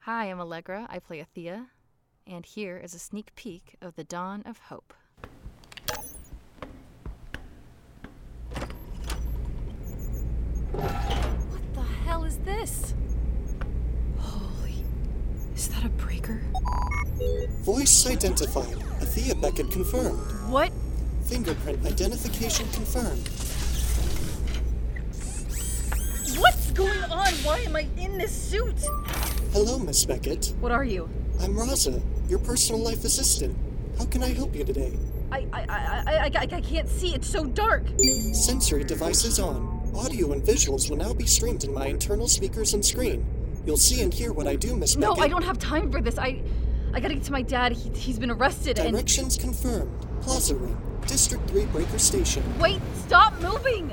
Hi, I'm Allegra. I play Athea, and here is a sneak peek of the dawn of hope. What the hell is this? Holy. Is that a breaker? Voice identified. Athea Beckett confirmed. What? Fingerprint identification confirmed. What's going on? Why am I in this suit? Hello, Miss Beckett. What are you? I'm Raza, your personal life assistant. How can I help you today? I I, I, I, I, I can't see. It's so dark. Sensory devices on. Audio and visuals will now be streamed in my internal speakers and screen. You'll see and hear what I do, Miss No, Beckett. I don't have time for this. I I gotta get to my dad. He, he's been arrested and. Directions confirmed. Plaza Ring, District 3 Breaker Station. Wait, stop moving!